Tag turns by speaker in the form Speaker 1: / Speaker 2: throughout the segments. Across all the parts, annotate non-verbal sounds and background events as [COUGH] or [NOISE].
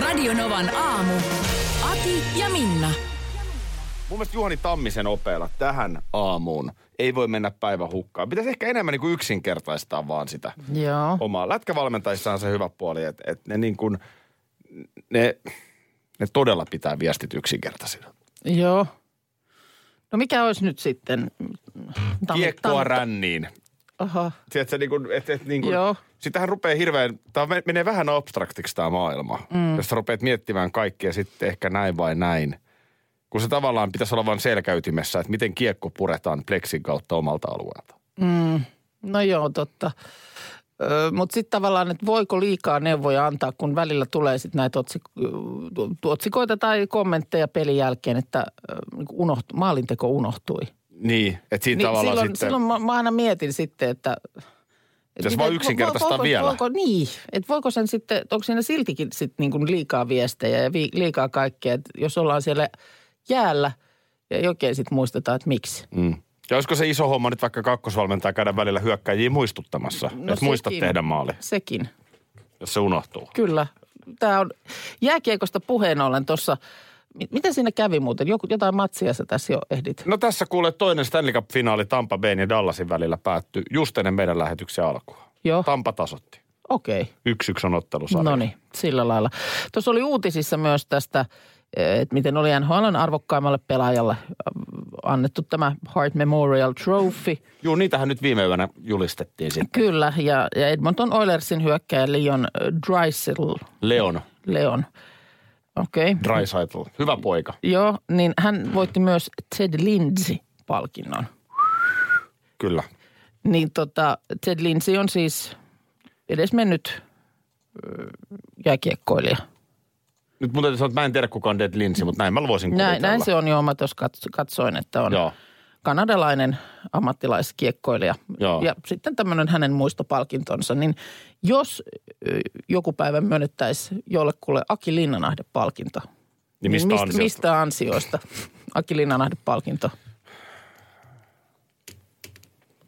Speaker 1: Radionovan aamu. Ati ja Minna.
Speaker 2: Mun mielestä Juhani Tammisen opeella tähän aamuun ei voi mennä päivän hukkaan. Pitäisi ehkä enemmän niin kuin yksinkertaistaa vaan sitä
Speaker 3: Joo.
Speaker 2: omaa. Lätkävalmentajissa on se hyvä puoli, että, että ne, niin kuin, ne, ne todella pitää viestit yksinkertaisina.
Speaker 3: Joo. No mikä olisi nyt sitten? Tam-
Speaker 2: Kiekkoa
Speaker 3: tam-
Speaker 2: ränniin.
Speaker 3: Aha.
Speaker 2: Tiedätkö, niin kuin, et, et, niin kuin,
Speaker 3: Joo.
Speaker 2: sitähän rupeaa hirveän, tämä menee vähän abstraktiksi tämä maailma. Mm. Jos sä rupeat miettimään kaikkea sitten ehkä näin vai näin. Kun se tavallaan pitäisi olla vain selkäytimessä, että miten kiekko puretaan pleksin kautta omalta alueelta.
Speaker 3: No joo, totta. Mutta sitten tavallaan, että voiko liikaa neuvoja antaa, kun välillä tulee sitten näitä otsik- ö, otsikoita tai kommentteja pelin jälkeen, että ö, niinku unohtu, maalinteko unohtui.
Speaker 2: Niin, että siinä
Speaker 3: Niin
Speaker 2: tavallaan
Speaker 3: silloin,
Speaker 2: sitten...
Speaker 3: silloin mä, mä aina mietin sitten, että... et
Speaker 2: Pitäisi
Speaker 3: miten-
Speaker 2: vaan
Speaker 3: vo- vo-
Speaker 2: yksinkertaistaa
Speaker 3: voiko,
Speaker 2: vielä.
Speaker 3: Voiko, niin, että voiko sen sitten, onko siinä siltikin sit niin kuin liikaa viestejä ja vi, liikaa kaikkea, että jos ollaan siellä jäällä ja ei oikein sitten muistetaan, että miksi.
Speaker 2: Mm. Ja olisiko se iso homma nyt vaikka kakkosvalmentaja käydä välillä hyökkäjiä muistuttamassa, no että muista
Speaker 3: sekin-
Speaker 2: tehdä maali,
Speaker 3: Sekin,
Speaker 2: jos se unohtuu.
Speaker 3: kyllä. Tämä on jääkiekosta puheen ollen tuossa, mi- miten siinä kävi muuten? Joku, jotain matsia sä tässä jo ehdit.
Speaker 2: No tässä kuulee toinen Stanley Cup-finaali Tampa Bayn ja Dallasin välillä päättyy just ennen meidän lähetyksen alkua.
Speaker 3: Joo,
Speaker 2: Tampa tasotti.
Speaker 3: okei. Okay.
Speaker 2: Yksi yksi on ottelusarja.
Speaker 3: Oh. No niin, sillä lailla. Tuossa oli uutisissa myös tästä, eh, että miten oli NHLn arvokkaimmalle pelaajalle eh, annettu tämä Hart Memorial Trophy.
Speaker 2: Juu, niitähän nyt viime yönä julistettiin sitten.
Speaker 3: Kyllä, ja, ja Edmonton Oilersin hyökkäjä Leon Drysel,
Speaker 2: Leon
Speaker 3: Leon, okei. Okay.
Speaker 2: Dreisaitl, hyvä poika.
Speaker 3: Joo, niin hän voitti myös Ted Lindsay-palkinnon.
Speaker 2: Kyllä.
Speaker 3: Niin tota, Ted Lindsay on siis edesmennyt ö, jääkiekkoilija.
Speaker 2: Nyt mun täytyy sanoa, että mä en tiedä kuka on Dead Lindsay, mutta näin mä voisin
Speaker 3: Näin,
Speaker 2: kuvitella.
Speaker 3: näin se on, joo, mä tuossa kats- katsoin, että on.
Speaker 2: Joo.
Speaker 3: kanadalainen ammattilaiskiekkoilija
Speaker 2: Joo.
Speaker 3: ja sitten tämmöinen hänen muistopalkintonsa, niin jos ö, joku päivä myönnettäisiin jollekulle Aki Linnanahde palkinto.
Speaker 2: Niin mistä
Speaker 3: mistä,
Speaker 2: ansiosta?
Speaker 3: mistä ansioista? Aki Linnanahde palkinto.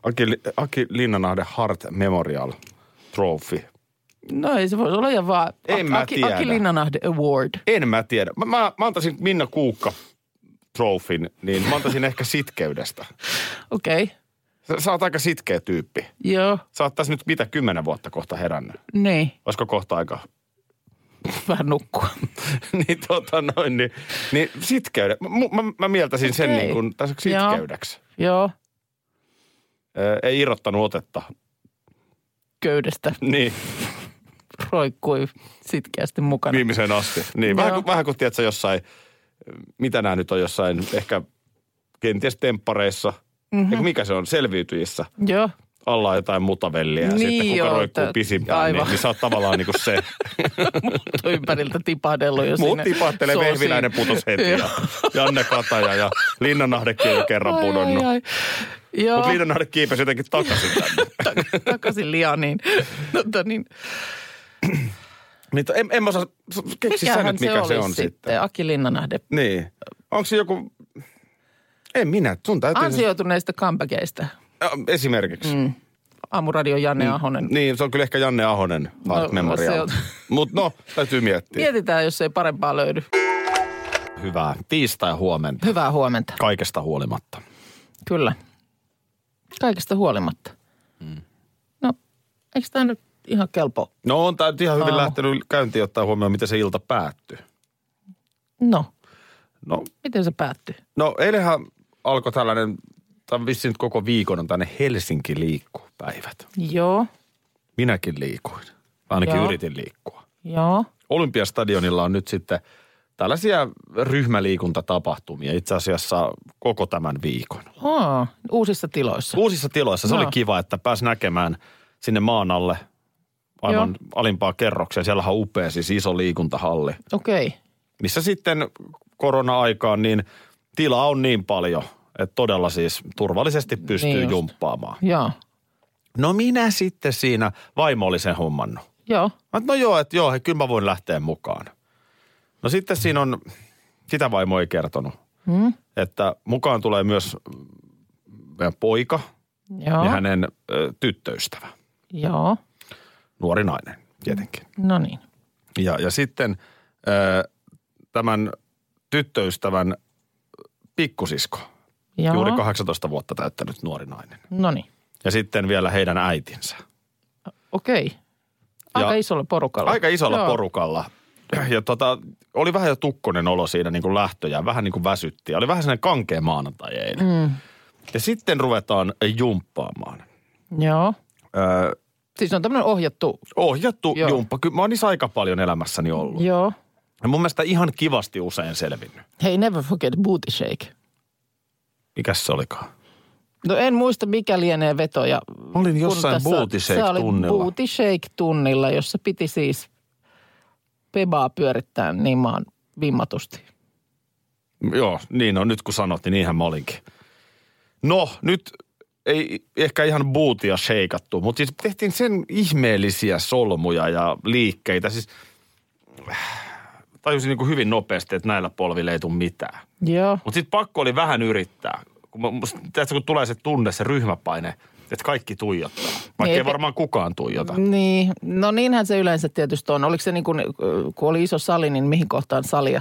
Speaker 2: Aki, Aki Linnanahde Hart Memorial Trophy.
Speaker 3: No ei se voisi olla ja vaan
Speaker 2: En mä
Speaker 3: Aki,
Speaker 2: tiedä.
Speaker 3: Aki Linnanahde Award.
Speaker 2: En mä tiedä. Mä, mä, mä antaisin Minna Kuukka trofin, niin mä antaisin ehkä sitkeydestä.
Speaker 3: Okei, okay.
Speaker 2: Sä, sä oot aika sitkeä tyyppi.
Speaker 3: joo,
Speaker 2: Sä oot tässä nyt mitä kymmenen vuotta kohta herännyt.
Speaker 3: niin,
Speaker 2: Olisiko kohta aika? [LAUGHS]
Speaker 3: vähän nukkua.
Speaker 2: niin tota noin, niin, niin sitkeyden. Mä, mu- mä, mä mieltäisin sen
Speaker 3: Okei.
Speaker 2: niin kuin tässä
Speaker 3: Joo.
Speaker 2: sitkeydeksi.
Speaker 3: joo,
Speaker 2: Ö, ei irrottanut otetta.
Speaker 3: köydestä
Speaker 2: Niin,
Speaker 3: roikkui sitkeästi
Speaker 2: [LAUGHS]
Speaker 3: mukana.
Speaker 2: viimeiseen asti. Niin, vähän,
Speaker 3: Joo.
Speaker 2: kuin, vähän kuin tiedät sä jossain, mitä nämä nyt on jossain, ehkä kenties temppareissa.
Speaker 3: Mhm.
Speaker 2: Mm-hmm. Eiku, mikä se on, selviytyjissä.
Speaker 3: Joo,
Speaker 2: alla on jotain mutavelliä ja
Speaker 3: Niin
Speaker 2: sitten kuka
Speaker 3: joo,
Speaker 2: roikkuu
Speaker 3: tää-
Speaker 2: pisimpään, niin,
Speaker 3: aivan.
Speaker 2: niin sä oot tavallaan niin
Speaker 3: [LAUGHS]
Speaker 2: kuin se.
Speaker 3: Tuo ympäriltä tipahdellut jo
Speaker 2: Muut
Speaker 3: sinne
Speaker 2: tipaattelee,
Speaker 3: soosiin.
Speaker 2: Vehviläinen putos heti
Speaker 3: Joo.
Speaker 2: ja Janne Kataja ja Linnanahdekin on kerran
Speaker 3: Ai, ai,
Speaker 2: pudonnut.
Speaker 3: ai. Joo,
Speaker 2: Mutta Linnanahde kiipesi jotenkin takaisin
Speaker 3: [LAUGHS]
Speaker 2: tänne.
Speaker 3: tak- takaisin lianiin. [LAUGHS] Mutta niin,
Speaker 2: Niin, to- en, en mä osaa, s- keksi sä
Speaker 3: mikähän
Speaker 2: nyt mikä se, se
Speaker 3: olisi
Speaker 2: on sitten.
Speaker 3: Aki Linnanahde.
Speaker 2: Niin. Onko se joku... En minä, sun täytyy...
Speaker 3: Ansioituneista comebackeista.
Speaker 2: Ö, Esimerkiksi. Mm.
Speaker 3: Aamuradio Janne Ahonen.
Speaker 2: Niin, se on kyllä ehkä Janne Ahonen Art
Speaker 3: no,
Speaker 2: Memorial.
Speaker 3: se on-
Speaker 2: Mutta no, täytyy miettiä.
Speaker 3: Mietitään, jos ei parempaa löydy.
Speaker 2: Hyvää tiistai huomenta.
Speaker 3: Hyvää huomenta.
Speaker 2: Kaikesta huolimatta.
Speaker 3: Kyllä. Kaikesta huolimatta.
Speaker 2: Mm.
Speaker 3: No, eikö tämä nyt ihan kelpo?
Speaker 2: No on tämä nyt ihan hyvin
Speaker 3: Aamu.
Speaker 2: lähtenyt käyntiin ottaa huomioon, miten se ilta päättyy.
Speaker 3: No,
Speaker 2: No,
Speaker 3: miten se päättyy?
Speaker 2: no eilenhän alkoi tällainen, tai vissiin nyt koko viikon on tänne Helsinki liikkuu päivät.
Speaker 3: Joo,
Speaker 2: Minäkin liikuin. Ainakin Joo.
Speaker 3: Joo.
Speaker 2: yritin liikkua.
Speaker 3: joo.
Speaker 2: Olympiastadionilla on nyt sitten tällaisia ryhmäliikuntatapahtumia itse asiassa koko tämän viikon.
Speaker 3: Oo, uusissa tiloissa.
Speaker 2: Uusissa tiloissa se
Speaker 3: Joo.
Speaker 2: oli kiva, että pääsi näkemään sinne maan alle aivan Joo. alimpaa kerroksia. Siellähän on upea siis iso liikuntahalli,
Speaker 3: Okei. Okay.
Speaker 2: missä sitten korona-aikaan niin tilaa on niin paljon, että todella siis turvallisesti pystyy
Speaker 3: Niin
Speaker 2: niin
Speaker 3: just.
Speaker 2: jumppaamaan.
Speaker 3: Joo.
Speaker 2: No minä sitten siinä, vaimo oli sen hommannut.
Speaker 3: Joo.
Speaker 2: Mä oon, no joo, että joo, hei, kyllä mä voin lähteä mukaan. No sitten siinä on, sitä vaimo ei kertonut,
Speaker 3: Mm.
Speaker 2: että mukaan tulee myös mm, meidän poika
Speaker 3: Joo.
Speaker 2: ja hänen ö, tyttöystävä,
Speaker 3: Joo.
Speaker 2: nuori nainen tietenkin.
Speaker 3: No niin.
Speaker 2: Ja, ja sitten ö, tämän tyttöystävän pikkusisko,
Speaker 3: Joo.
Speaker 2: juuri 18 vuotta täyttänyt nuori nainen.
Speaker 3: No niin.
Speaker 2: Ja sitten vielä heidän äitinsä.
Speaker 3: Okei. Okay. Aika
Speaker 2: Ja-
Speaker 3: isolla porukalla.
Speaker 2: Aika isolla
Speaker 3: Joo.
Speaker 2: porukalla. Ja tota, oli vähän jo tukkonen olo siinä niin kuin lähtöjään, vähän niin kuin väsytti. Oli vähän sellainen kankea maanantai eilen.
Speaker 3: Mm.
Speaker 2: Ja sitten ruvetaan jumppaamaan.
Speaker 3: Joo.
Speaker 2: Öö,
Speaker 3: Siis on tämmöinen ohjattu.
Speaker 2: ohjattu
Speaker 3: Joo.
Speaker 2: Joo. jumppa. Kyllä mä oon niissä aika paljon elämässäni ollut.
Speaker 3: Joo.
Speaker 2: Ja mun mielestä ihan kivasti usein selvinnyt.
Speaker 3: Hei, never forget booty shake.
Speaker 2: Mikäs se olikaan?
Speaker 3: No en muista, mikä lienee veto. Ja
Speaker 2: Mä olin
Speaker 3: kun
Speaker 2: jossain
Speaker 3: tässä-
Speaker 2: booty shake
Speaker 3: Se oli
Speaker 2: tunnilla.
Speaker 3: booty shake tunnilla, jossa piti siis pebaa pyörittää nimaan vimmatusti.
Speaker 2: Joo, niin on. Nyt kun sanot, niin niinhän mä olinkin. No, nyt ei ehkä ihan buutia sheikattu, mutta siis tehtiin sen ihmeellisiä solmuja ja liikkeitä. Siis tajusin niin kuin hyvin nopeasti, että näillä polvilla ei tule mitään.
Speaker 3: Joo.
Speaker 2: Mutta sitten pakko oli vähän yrittää. Kun, mä- musta- tiedätkö, kun tulee se tunne, se ryhmäpaine, että kaikki tuijottaa. Vaikka
Speaker 3: Niin,
Speaker 2: ei
Speaker 3: et-
Speaker 2: varmaan kukaan tuijota.
Speaker 3: Niin, no niinhän se yleensä tietysti on. Oliko se niin kuin, ö, kun oli iso sali, niin mihin kohtaan salia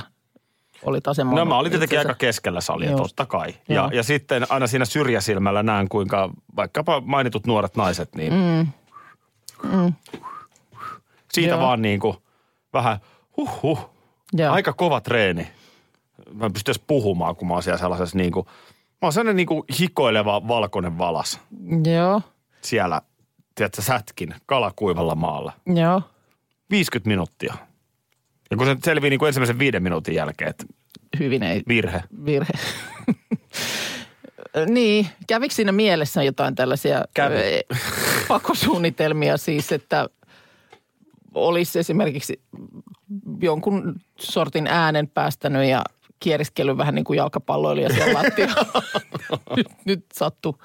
Speaker 3: olit asemalla?
Speaker 2: No mä olin tietenkin
Speaker 3: itsensä?
Speaker 2: aika keskellä salia,
Speaker 3: Just.
Speaker 2: totta kai.
Speaker 3: Joo.
Speaker 2: Ja, ja sitten aina siinä syrjäsilmällä näen, kuinka vaikkapa mainitut nuoret naiset, niin mm. Mm. siitä
Speaker 3: Mm. Joo.
Speaker 2: Joo. vaan niin kuin vähän huh huh,
Speaker 3: Joo.
Speaker 2: aika kova treeni. Mä en pysty edes puhumaan, kun mä oon siellä sellaisessa niin kuin, mä oon sellainen niin kuin hikoileva valkoinen valas
Speaker 3: Joo,
Speaker 2: siellä, tiedätkö, sätkin kalakuivalla maalla.
Speaker 3: joo.
Speaker 2: 50 minuuttia. Ja kun se selvii niin kuin ensimmäisen viiden minuutin jälkeen, että
Speaker 3: Hyvin ei
Speaker 2: virhe.
Speaker 3: virhe. [LAUGHS] niin, kävikö siinä mielessä jotain tällaisia
Speaker 2: Kävi.
Speaker 3: ö, pakosuunnitelmia siis, että olisi esimerkiksi jonkun sortin äänen päästänyt ja kieriskellyt vähän niin kuin jalkapalloilija
Speaker 2: [LAUGHS]
Speaker 3: siellä lattialla. [LAUGHS] nyt, nyt sattu,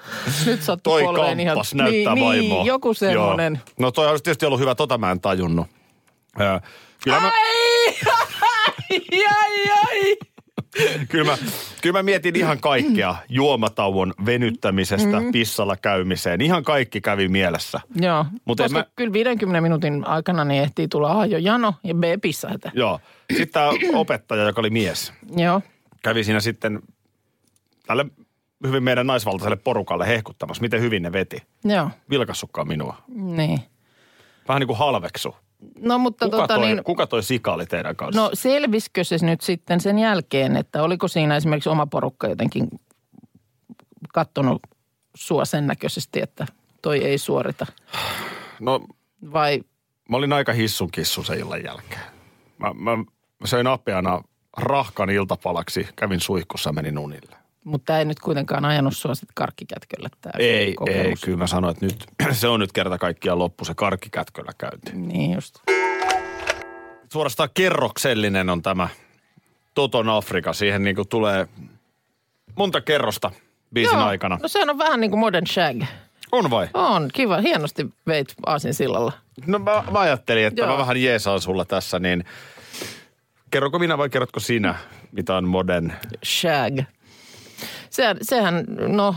Speaker 3: nyt sattu
Speaker 2: Toi
Speaker 3: polveen ihan.
Speaker 2: kamppas näyttää
Speaker 3: niin,
Speaker 2: vaimoa.
Speaker 3: Niin, joku semmoinen.
Speaker 2: Joo. No toi olisi tietysti ollut hyvä, tota mä en tajunnut. Öö, kyllä, mä,
Speaker 3: Ai, ai, ai, ai.
Speaker 2: kyllä, mä, kyllä mä mietin ihan kaikkea juomatauon venyttämisestä,
Speaker 3: Mm-hmm.
Speaker 2: pissalla käymiseen. Ihan kaikki kävi mielessä.
Speaker 3: Joo,
Speaker 2: Mut en
Speaker 3: koska mä...
Speaker 2: mä-
Speaker 3: kyllä 50 minuutin aikana niin ehtii tulla A jo jano ja B pissahätä.
Speaker 2: Joo. Sitten tämä opettaja, joka oli mies,
Speaker 3: Joo,
Speaker 2: kävi siinä sitten tälle hyvin meidän naisvaltaiselle porukalle hehkuttamassa, miten hyvin ne veti.
Speaker 3: joo,
Speaker 2: Vilkassukkaa minua.
Speaker 3: niin.
Speaker 2: Vähän niin kuin halveksu.
Speaker 3: No mutta
Speaker 2: Kuka,
Speaker 3: tota
Speaker 2: toi,
Speaker 3: niin,
Speaker 2: kuka toi sika oli teidän kanssa?
Speaker 3: no selvisikö se nyt sitten sen jälkeen, että oliko siinä esimerkiksi oma porukka jotenkin kattonut sua sen näköisesti, että toi ei suorita?
Speaker 2: no
Speaker 3: Vai,
Speaker 2: Mä olin aika hissun kissu sen illan jälkeen. Mä, mä, mä söin apeana rahkan iltapalaksi, kävin suihkussa ja menin unille.
Speaker 3: mutta tää ei nyt kuitenkaan ajanut sua sitten karkkikätkölle tää
Speaker 2: Ei,
Speaker 3: kokemus.
Speaker 2: ei, kyllä mä sanoin, että nyt, [CLEARS THROAT] se on nyt kerta kaikkiaan loppu, se karkkikätköllä käynti.
Speaker 3: Niin just.
Speaker 2: Suorastaan kerroksellinen on tämä Toton Afrika, siihen niin kuin tulee monta kerrosta biisin
Speaker 3: Joo,
Speaker 2: aikana.
Speaker 3: No sehän on vähän niin kuin Modern Shag.
Speaker 2: On vai?
Speaker 3: On, kiva. Hienosti veit Aasin sillalla.
Speaker 2: No mä, mä ajattelin, että
Speaker 3: Joo.
Speaker 2: Joo. mä vähän jeesaan sulla tässä, niin kerroko minä vai kerrotko sinä, mitä on modern?
Speaker 3: Shag. Sehän, sehän, no,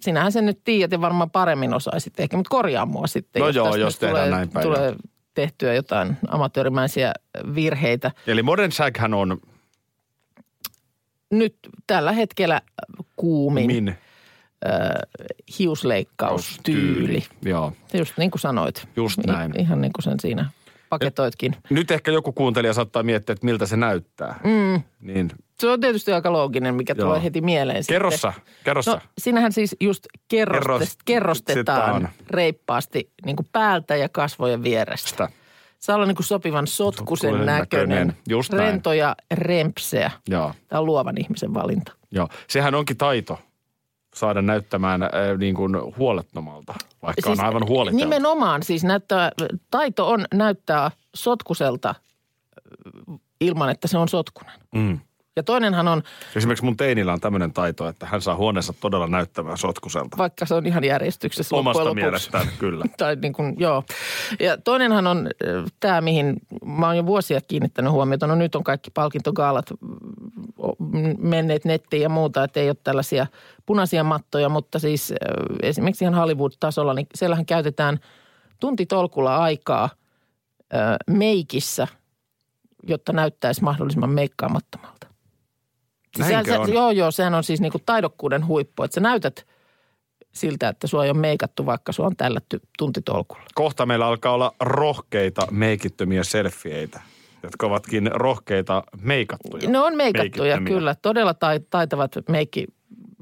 Speaker 3: sinähän sen nyt tiedät ja varmaan paremmin osaisit ehkä, mutta korjaa mua sitten.
Speaker 2: No joo,
Speaker 3: tästä
Speaker 2: jos
Speaker 3: nyt
Speaker 2: tehdään
Speaker 3: tulee,
Speaker 2: näin päin.
Speaker 3: Tulee tehtyä jotain amatöörimäisiä virheitä.
Speaker 2: Eli modern shaghän on
Speaker 3: Nyt tällä hetkellä kuumin Min.
Speaker 2: min?
Speaker 3: hiusleikkaustyyli.
Speaker 2: Joo,
Speaker 3: Just niin kuin sanoit.
Speaker 2: Just
Speaker 3: I-
Speaker 2: näin.
Speaker 3: ihan niin kuin sen siinä paketoitkin.
Speaker 2: Nyt ehkä joku kuuntelija saattaa miettiä, että miltä se näyttää. Mm. Niin.
Speaker 3: Se on tietysti aika looginen, mikä
Speaker 2: Joo.
Speaker 3: tulee heti mieleen. sitten.
Speaker 2: Kerrossa, kerrossa.
Speaker 3: No sinähän siis just kerrostes,
Speaker 2: Kerros-
Speaker 3: kerrostetaan
Speaker 2: setaan.
Speaker 3: reippaasti niin kuin päältä ja kasvojen vierestä.
Speaker 2: Sitä.
Speaker 3: Saa olla niin kuin sopivan sotkusen
Speaker 2: Sotkusen
Speaker 3: näköinen,
Speaker 2: näköinen, just näin.
Speaker 3: rento ja rempseä.
Speaker 2: Joo,
Speaker 3: Tämä on luovan ihmisen valinta.
Speaker 2: joo. Sehän onkin taito. saada näyttämään äh, niin kuin huolettomalta, vaikka siis on aivan huoleton.
Speaker 3: Nimenomaan siis näyttää, taito on näyttää sotkuselta äh, ilman, että se on sotkunen.
Speaker 2: Mm.
Speaker 3: Ja toinenhan on,
Speaker 2: Esimerkiksi mun teinillä on tämmöinen taito, että hän saa huoneensa todella näyttämään sotkuselta.
Speaker 3: vaikka se on ihan järjestyksessä loppujen
Speaker 2: Omasta
Speaker 3: lopuksi.
Speaker 2: mielestään, kyllä.
Speaker 3: [LAUGHS] Tai niin kuin, joo. Ja toinenhan on tämä, mihin mä oon jo vuosia kiinnittänyt huomiota. No nyt on kaikki palkintogaalat mm, o- m- menneet nettiin ja muuta, että ei ole tällaisia punaisia mattoja, mutta siis ö, esimerkiksi ihan Hollywood-tasolla, niin siellähän käytetään tuntitolkulla aikaa ö, meikissä, jotta näyttäisi mahdollisimman meikkaamattomalta. Siis
Speaker 2: Näinkö
Speaker 3: sehän- se-
Speaker 2: on?
Speaker 3: Joo, joo, sehän on siis niinku taidokkuuden huippu, että sä näytät siltä, että sua ei ole meikattu, vaikka sua on tällätty tuntitolkulla.
Speaker 2: Kohta meillä alkaa olla rohkeita meikittömiä selfieitä, jotka ovatkin rohkeita meikattuja.
Speaker 3: Ne No, on meikattuja,
Speaker 2: Meikittömiä.
Speaker 3: kyllä. Todella tai, taitavat meikki,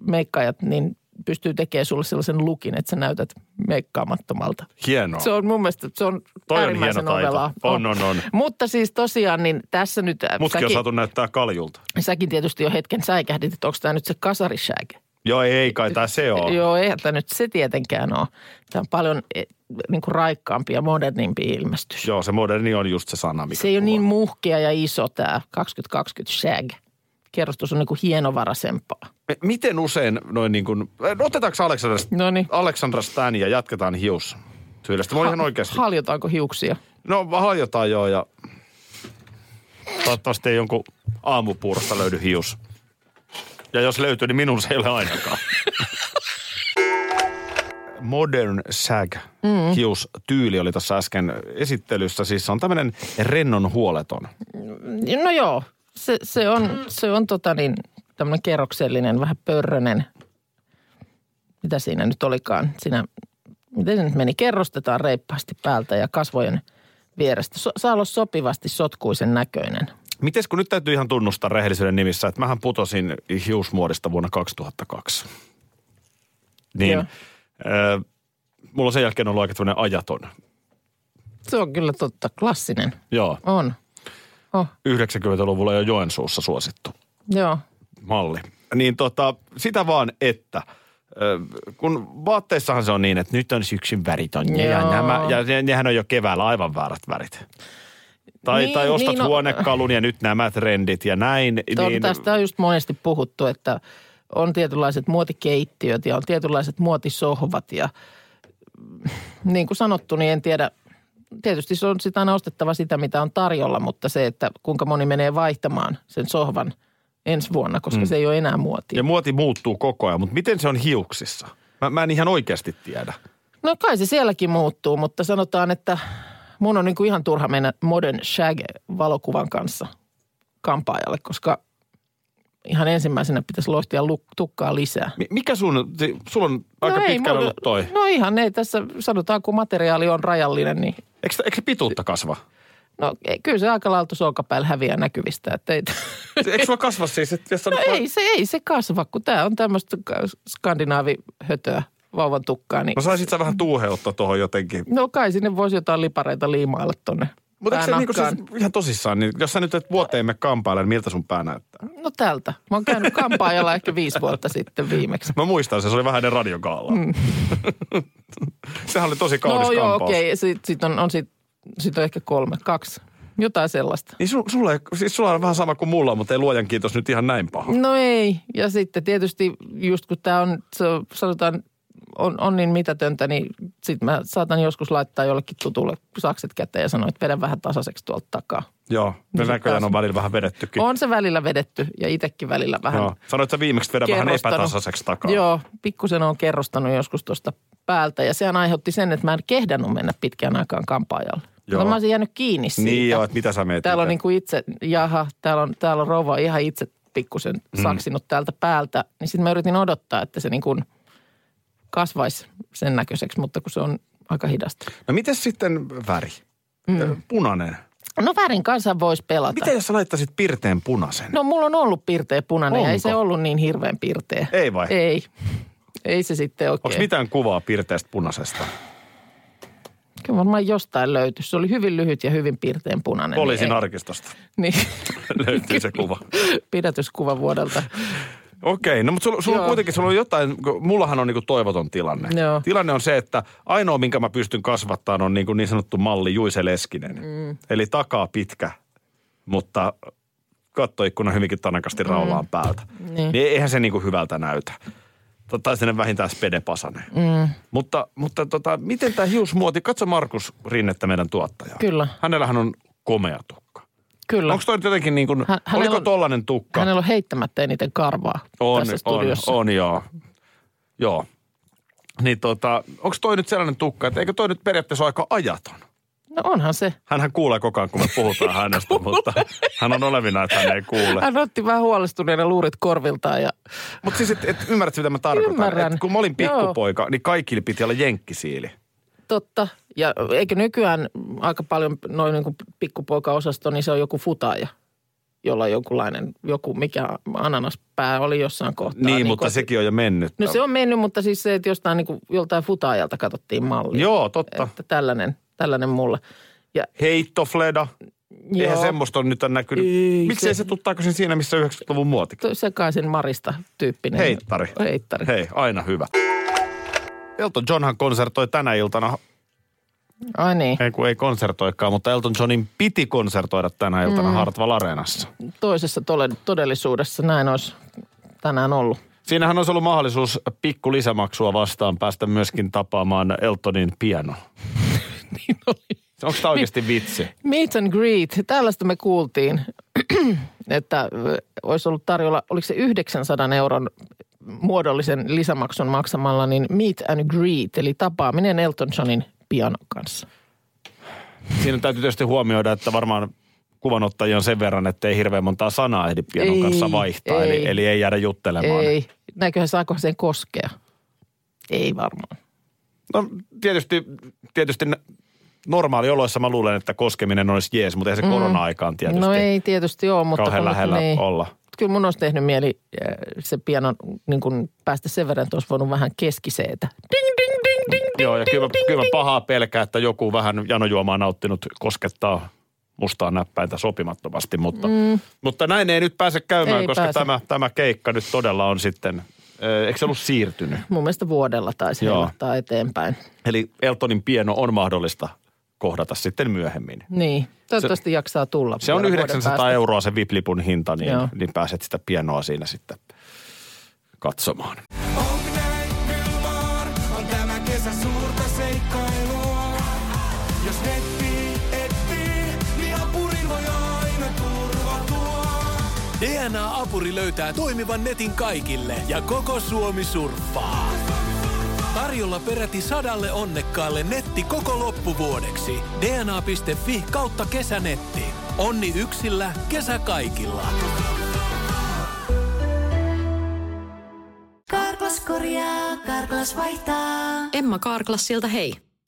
Speaker 3: meikkaajat, niin pystyy tekemään sulle sellaisen lukin, että sä näytät meikkaamattomalta.
Speaker 2: Hienoa.
Speaker 3: Se on mun mielestä, se on
Speaker 2: Toi on
Speaker 3: äärimmäisen
Speaker 2: hieno taito.
Speaker 3: ovelaa.
Speaker 2: On, on, on.
Speaker 3: Mutta siis tosiaan, niin tässä nyt, äh,
Speaker 2: Mutkin on
Speaker 3: säkin,
Speaker 2: saatu näyttää kaljulta.
Speaker 3: säkin tietysti jo hetken säikähdit, että onko tämä nyt se kasarishäke.
Speaker 2: Joo, ei kai tämä se on.
Speaker 3: Joo, eihän tämä nyt se tietenkään ole. Tämä on paljon eh, niin kuin raikkaampi ja modernimpi ilmestys.
Speaker 2: Joo, se moderni on just se sana, mikä
Speaker 3: Se ei ole
Speaker 2: kuvaa.
Speaker 3: niin muhkea ja iso tämä 2020 shag. Kerrostus on niin kuin hienovaraisempaa.
Speaker 2: Me- Miten usein noin niin kuin, eh, otetaanko Aleksandra,
Speaker 3: Noniin.
Speaker 2: Aleksandra Stan ja jatketaan hius? Tyydestä. Mä olin ihan oikeasti.
Speaker 3: Haljotaanko hiuksia?
Speaker 2: No hajotaan joo ja toivottavasti ei jonkun aamupuurosta löydy hius. Ja jos löytyy, niin minun se ei ole
Speaker 3: [LAUGHS]
Speaker 2: ainakaan. Modern Sag mm. hiustyyli oli tässä äsken esittelyssä. Siis se on tämmöinen rennon huoleton.
Speaker 3: No joo, se, se on, se on tota niin, tämmöinen kerroksellinen, vähän pörrönen. Mitä siinä nyt olikaan? Siinä, miten se nyt meni? Kerrostetaan reippaasti päältä ja kasvojen vierestä. So, saa olla sopivasti sotkuisen näköinen.
Speaker 2: Mites kun nyt täytyy ihan tunnustaa rehellisyyden nimissä, että mähän putosin hiusmuodista vuonna 2002. Niin,
Speaker 3: Joo.
Speaker 2: ö, mulla on sen jälkeen ollut aika tämmöinen ajaton.
Speaker 3: Se on kyllä totta, klassinen.
Speaker 2: Joo,
Speaker 3: On. Oh,
Speaker 2: 90-luvulla jo Joensuussa suosittu.
Speaker 3: joo.
Speaker 2: malli. Niin tota, sitä vaan, että ö, kun vaatteissahan se on niin, että nyt on syksyn värit on ne ja
Speaker 3: Joo.
Speaker 2: nämä, ja ne, nehän on jo keväällä aivan väärät värit. Tai,
Speaker 3: Niin,
Speaker 2: tai ostat
Speaker 3: niin,
Speaker 2: niin,
Speaker 3: no-
Speaker 2: huonekalun ja nyt nämä trendit ja näin.
Speaker 3: Tämä on,
Speaker 2: niin,
Speaker 3: tästä on just monesti puhuttu, että on tietynlaiset muotikeittiöt ja on tietynlaiset muotisohvat ja [LAUGHS] niin kuin sanottu, niin en tiedä. Tietysti se on sitä aina ostettava sitä, mitä on tarjolla, mutta se, että kuinka moni menee vaihtamaan sen sohvan ensi vuonna, koska mm. se ei ole enää muotia.
Speaker 2: Ja muoti muuttuu koko ajan, mutta miten se on hiuksissa? Mä, mä en ihan oikeasti tiedä.
Speaker 3: No kai se sielläkin muuttuu, mutta sanotaan, että mun on niin kuin ihan turha mennä Modern Shag-valokuvan kanssa kampaajalle, koska ihan ensimmäisenä pitäisi lohtia luk- tukkaa lisää.
Speaker 2: Mi- Mikä sun, si- sulla on aika
Speaker 3: No ei
Speaker 2: pitkällä
Speaker 3: mulla-
Speaker 2: ollut toi.
Speaker 3: No ihan ei tässä, sanotaan kun materiaali on rajallinen, niin
Speaker 2: Eikö, eikö se pituutta
Speaker 3: [LAUGHS]
Speaker 2: kasva?
Speaker 3: no ei, kyllä se aika lailla tuossa olkapäällä häviää näkyvistä.
Speaker 2: [LAUGHS]
Speaker 3: Että ei,
Speaker 2: Eikö sulla kasva siis? Että jos sä
Speaker 3: no
Speaker 2: nyt vaan-
Speaker 3: [LAUGHS] ei, se, ei se kasva, kun tämä on tämmöistä skandinaavihötöä vauvan tukkaa. Niin,
Speaker 2: No saisit sä vähän tuuheutta tuohon jotenkin.
Speaker 3: no kai sinne voisi jotain lipareita liimailla tonne
Speaker 2: Mutta eikö se niinku
Speaker 3: päänahkaan.
Speaker 2: siis ihan tosissaan, niin jos sä nyt et vuoteen me kampaile, niin miltä sun pää näyttää?
Speaker 3: No tältä. Mä oon käynyt kampaajalla ehkä viisi vuotta sitten viimeksi.
Speaker 2: Mä muistan, se se oli vähän ennen radiogaalla. Mm. [LAUGHS] Sehän oli tosi kaunis
Speaker 3: no joo,
Speaker 2: kampaus.
Speaker 3: okei. Okay. Sitten sit on, on, sit, sit on ehkä kolme, kaksi. Jotain sellaista.
Speaker 2: Niin su, sulla, ei, siis sulla on vähän sama kuin mulla, mutta ei luojan kiitos nyt ihan näin paha.
Speaker 3: No ei. Ja sitten tietysti just kun tämä on, se on- sanotaan, on, on niin mitätöntä, niin sitten mä saatan joskus laittaa jollekin tutulle sakset käteen ja sanoa, että vedä vähän tasaiseksi tuolta takaa.
Speaker 2: Joo, me
Speaker 3: Niin se
Speaker 2: näköjään
Speaker 3: taas-
Speaker 2: on välillä vähän vedettykin.
Speaker 3: On se välillä vedetty ja itsekin välillä vähän
Speaker 2: Joo. Sanoit, että sä viimeksi että vedän vähän
Speaker 3: kerrostanut.
Speaker 2: epätasaiseksi takaa.
Speaker 3: Joo, pikkusen on kerrostanut joskus tuosta päältä ja sehän aiheutti sen, että mä en kehdannut mennä pitkään aikaan kampaajalle.
Speaker 2: Joo.
Speaker 3: Joo. Mä olisin jäänyt kiinni siitä.
Speaker 2: Niin joo, että mitä sä meet?
Speaker 3: Täällä on
Speaker 2: itse?
Speaker 3: niin kuin itse, jaha, täällä on, täällä on rouva ihan itse pikkusen
Speaker 2: Mm.
Speaker 3: saksinut täältä päältä. Niin sitten mä yritin odottaa, että se niin kuin kasvaisi sen näköiseksi, mutta kun se on aika hidasta.
Speaker 2: No miten sitten väri? Mm. Punainen.
Speaker 3: No värin kanssa voisi pelata.
Speaker 2: Mitä jos sä laittaisit pirteen punaisen?
Speaker 3: No mulla on ollut pirteä punainen ja ei
Speaker 2: Onko?
Speaker 3: se ollut niin hirveän pirteä.
Speaker 2: Ei vai?
Speaker 3: Ei. Ei No niin, se sitten oikein.
Speaker 2: Onko mitään kuvaa pirteästä punaisesta?
Speaker 3: Kyllä varmaan jostain löytyi. Se oli hyvin lyhyt ja hyvin pirteän punainen.
Speaker 2: Poliisin
Speaker 3: Niin
Speaker 2: arkistosta [LAUGHS]
Speaker 3: ei- niin,
Speaker 2: löytyy se kuva.
Speaker 3: pidätyskuva vuodelta
Speaker 2: Okei, no mutta sulla, sulla on
Speaker 3: Joo.
Speaker 2: kuitenkin sulla on jotain, kun mullahan on niinku toivoton tilanne.
Speaker 3: Joo.
Speaker 2: Tilanne on se, että ainoa minkä mä pystyn kasvattaan on niinku niin sanottu malli Juise Leskinen. Mm. Eli takaa pitkä, mutta kattoikkuna hyvinkin
Speaker 3: Mm.
Speaker 2: tanakasti raulaan päältä. Niin. niin eihän se niinku hyvältä näytä. Tai sinne vähintään Spede Pasanen. Mm. Mutta, mutta tota, miten tämä hiusmuoti, katso Markus Rinnettä meidän tuottajaa.
Speaker 3: Kyllä.
Speaker 2: Hänellähän on komea tukka.
Speaker 3: Kyllä.
Speaker 2: Onko toi nyt jotenkin niin kuin,
Speaker 3: Hä- hänellä
Speaker 2: oliko
Speaker 3: on-
Speaker 2: tollainen tukka?
Speaker 3: Hänellä on heittämättä eniten karvaa
Speaker 2: On,
Speaker 3: tässä
Speaker 2: on,
Speaker 3: studiossa.
Speaker 2: on, joo. Joo. Niin tota, onko toi nyt sellainen tukka, että eikö toi nyt periaatteessa ole aika ajaton?
Speaker 3: No onhan se.
Speaker 2: Hänhän kuulee koko ajan, kun me puhutaan hänestä, mutta hän on olevina, että hän ei kuule.
Speaker 3: Hän otti vähän huolestuneena luurit korviltaan ja
Speaker 2: Mutta siis, et, et ymmärrätkö, mitä mä tarkoitan?
Speaker 3: Ymmärrän.
Speaker 2: Et kun mä olin
Speaker 3: Joo.
Speaker 2: pikkupoika, niin kaikille piti olla jenkkisiili.
Speaker 3: totta. Ja eikö nykyään aika paljon noin niin pikkupoikaosasto, niin se on joku futaaja, jolla on jonkunlainen, joku mikä ananaspää oli jossain kohtaa.
Speaker 2: Niin, mutta
Speaker 3: kun-
Speaker 2: sekin on jo mennyt.
Speaker 3: No se on mennyt, mutta siis se, että jostain niin kuin, joltain futaajalta katsottiin mallia.
Speaker 2: Joo, totta.
Speaker 3: Että tällainen, tällainen mulle. Ja,
Speaker 2: Heitto, Fleda. Eihän
Speaker 3: joo,
Speaker 2: semmoista on nyt näkynyt.
Speaker 3: Ei
Speaker 2: Miksei
Speaker 3: se-
Speaker 2: se tuttaako sen siinä, missä 90-luvun muotikin?
Speaker 3: to- sekaisin Marista tyyppinen.
Speaker 2: Heittari.
Speaker 3: Heittari.
Speaker 2: Hei, aina hyvä. Elton Johnhan konsertoi tänä iltana
Speaker 3: Ai niin,
Speaker 2: Ei kun ei konsertoikaan, mutta Elton Johnin piti konsertoida tänä iltana mm. Hartwall Areenassa.
Speaker 3: toisessa tole- todellisuudessa näin olisi tänään ollut. [LAUGHS]
Speaker 2: Siinähän olisi ollut mahdollisuus pikku lisämaksua vastaan päästä myöskin tapaamaan Eltonin piano.
Speaker 3: Niin oli.
Speaker 2: Onko tämä oikeasti vitsi?
Speaker 3: Meet and greet, tällaista me kuultiin, [CLEARS THROAT] että ö, olisi ollut tarjolla, oliko se 900 euron muodollisen lisämaksun maksamalla, niin meet and greet, eli tapaaminen Elton Johnin pianon kanssa.
Speaker 2: Siinä täytyy tietysti huomioida, että varmaan kuvanottajia on sen verran, että ei hirveän montaa sanaa ehdi pianon
Speaker 3: Ei,
Speaker 2: kanssa vaihtaa, Eli,
Speaker 3: ei.
Speaker 2: eli ei jäädä juttelemaan.
Speaker 3: Ei, näinköhän saako sen koskea? Ei varmaan.
Speaker 2: No tietysti, tietysti n- normaalioloissa mä luulen, että koskeminen olisi jees, mutta ei se mm. korona-aikaan tietysti
Speaker 3: No ei tietysti ole, mutta...
Speaker 2: kauhean
Speaker 3: kun-
Speaker 2: lähellä
Speaker 3: niin.
Speaker 2: olla.
Speaker 3: Kyllä mun olisi tehnyt mieli äh, se pianon niin kun päästä sen verran, että olisi voinut vähän keskiseetä. Ding, ding, ding, ding, ding,
Speaker 2: Joo, ja
Speaker 3: ding,
Speaker 2: kyllä, mä-
Speaker 3: ding,
Speaker 2: kyllä mä
Speaker 3: ding.
Speaker 2: pahaa pelkää, että joku vähän janojuomaa nauttinut koskettaa mustaa näppäintä sopimattomasti, mutta, mm. mutta näin ei nyt pääse käymään,
Speaker 3: Ei
Speaker 2: koska
Speaker 3: pääse.
Speaker 2: Tämä, tämä keikka nyt todella on sitten, ö, eikö se ollut siirtynyt?
Speaker 3: Mun mielestä vuodella taisi
Speaker 2: Joo.
Speaker 3: heiluttaa eteenpäin.
Speaker 2: Eli Eltonin pieno on mahdollista kohdata sitten myöhemmin.
Speaker 3: Niin, toivottavasti se, jaksaa tulla.
Speaker 2: Se on
Speaker 3: vielä vuoden
Speaker 2: 900
Speaker 3: päästä.
Speaker 2: euroa se viplipun hinta, niin,
Speaker 3: Joo.
Speaker 2: niin pääset sitä pienoa siinä sitten katsomaan.
Speaker 4: On tämä kesä suurta seikkailua. Jos netti etsii, niin apurin voi aina turvautua. DNA-apuri löytää toimivan netin kaikille ja koko Suomi surffaa. Tarjolla peräti sadalle onnekkaalle netti koko loppuvuodeksi. dna.fi kautta kesänetti. Onni yksillä, kesä kaikilla.
Speaker 5: Karklas korjaa, Karklas vaihtaa.
Speaker 1: Emma Karklas siltä hei.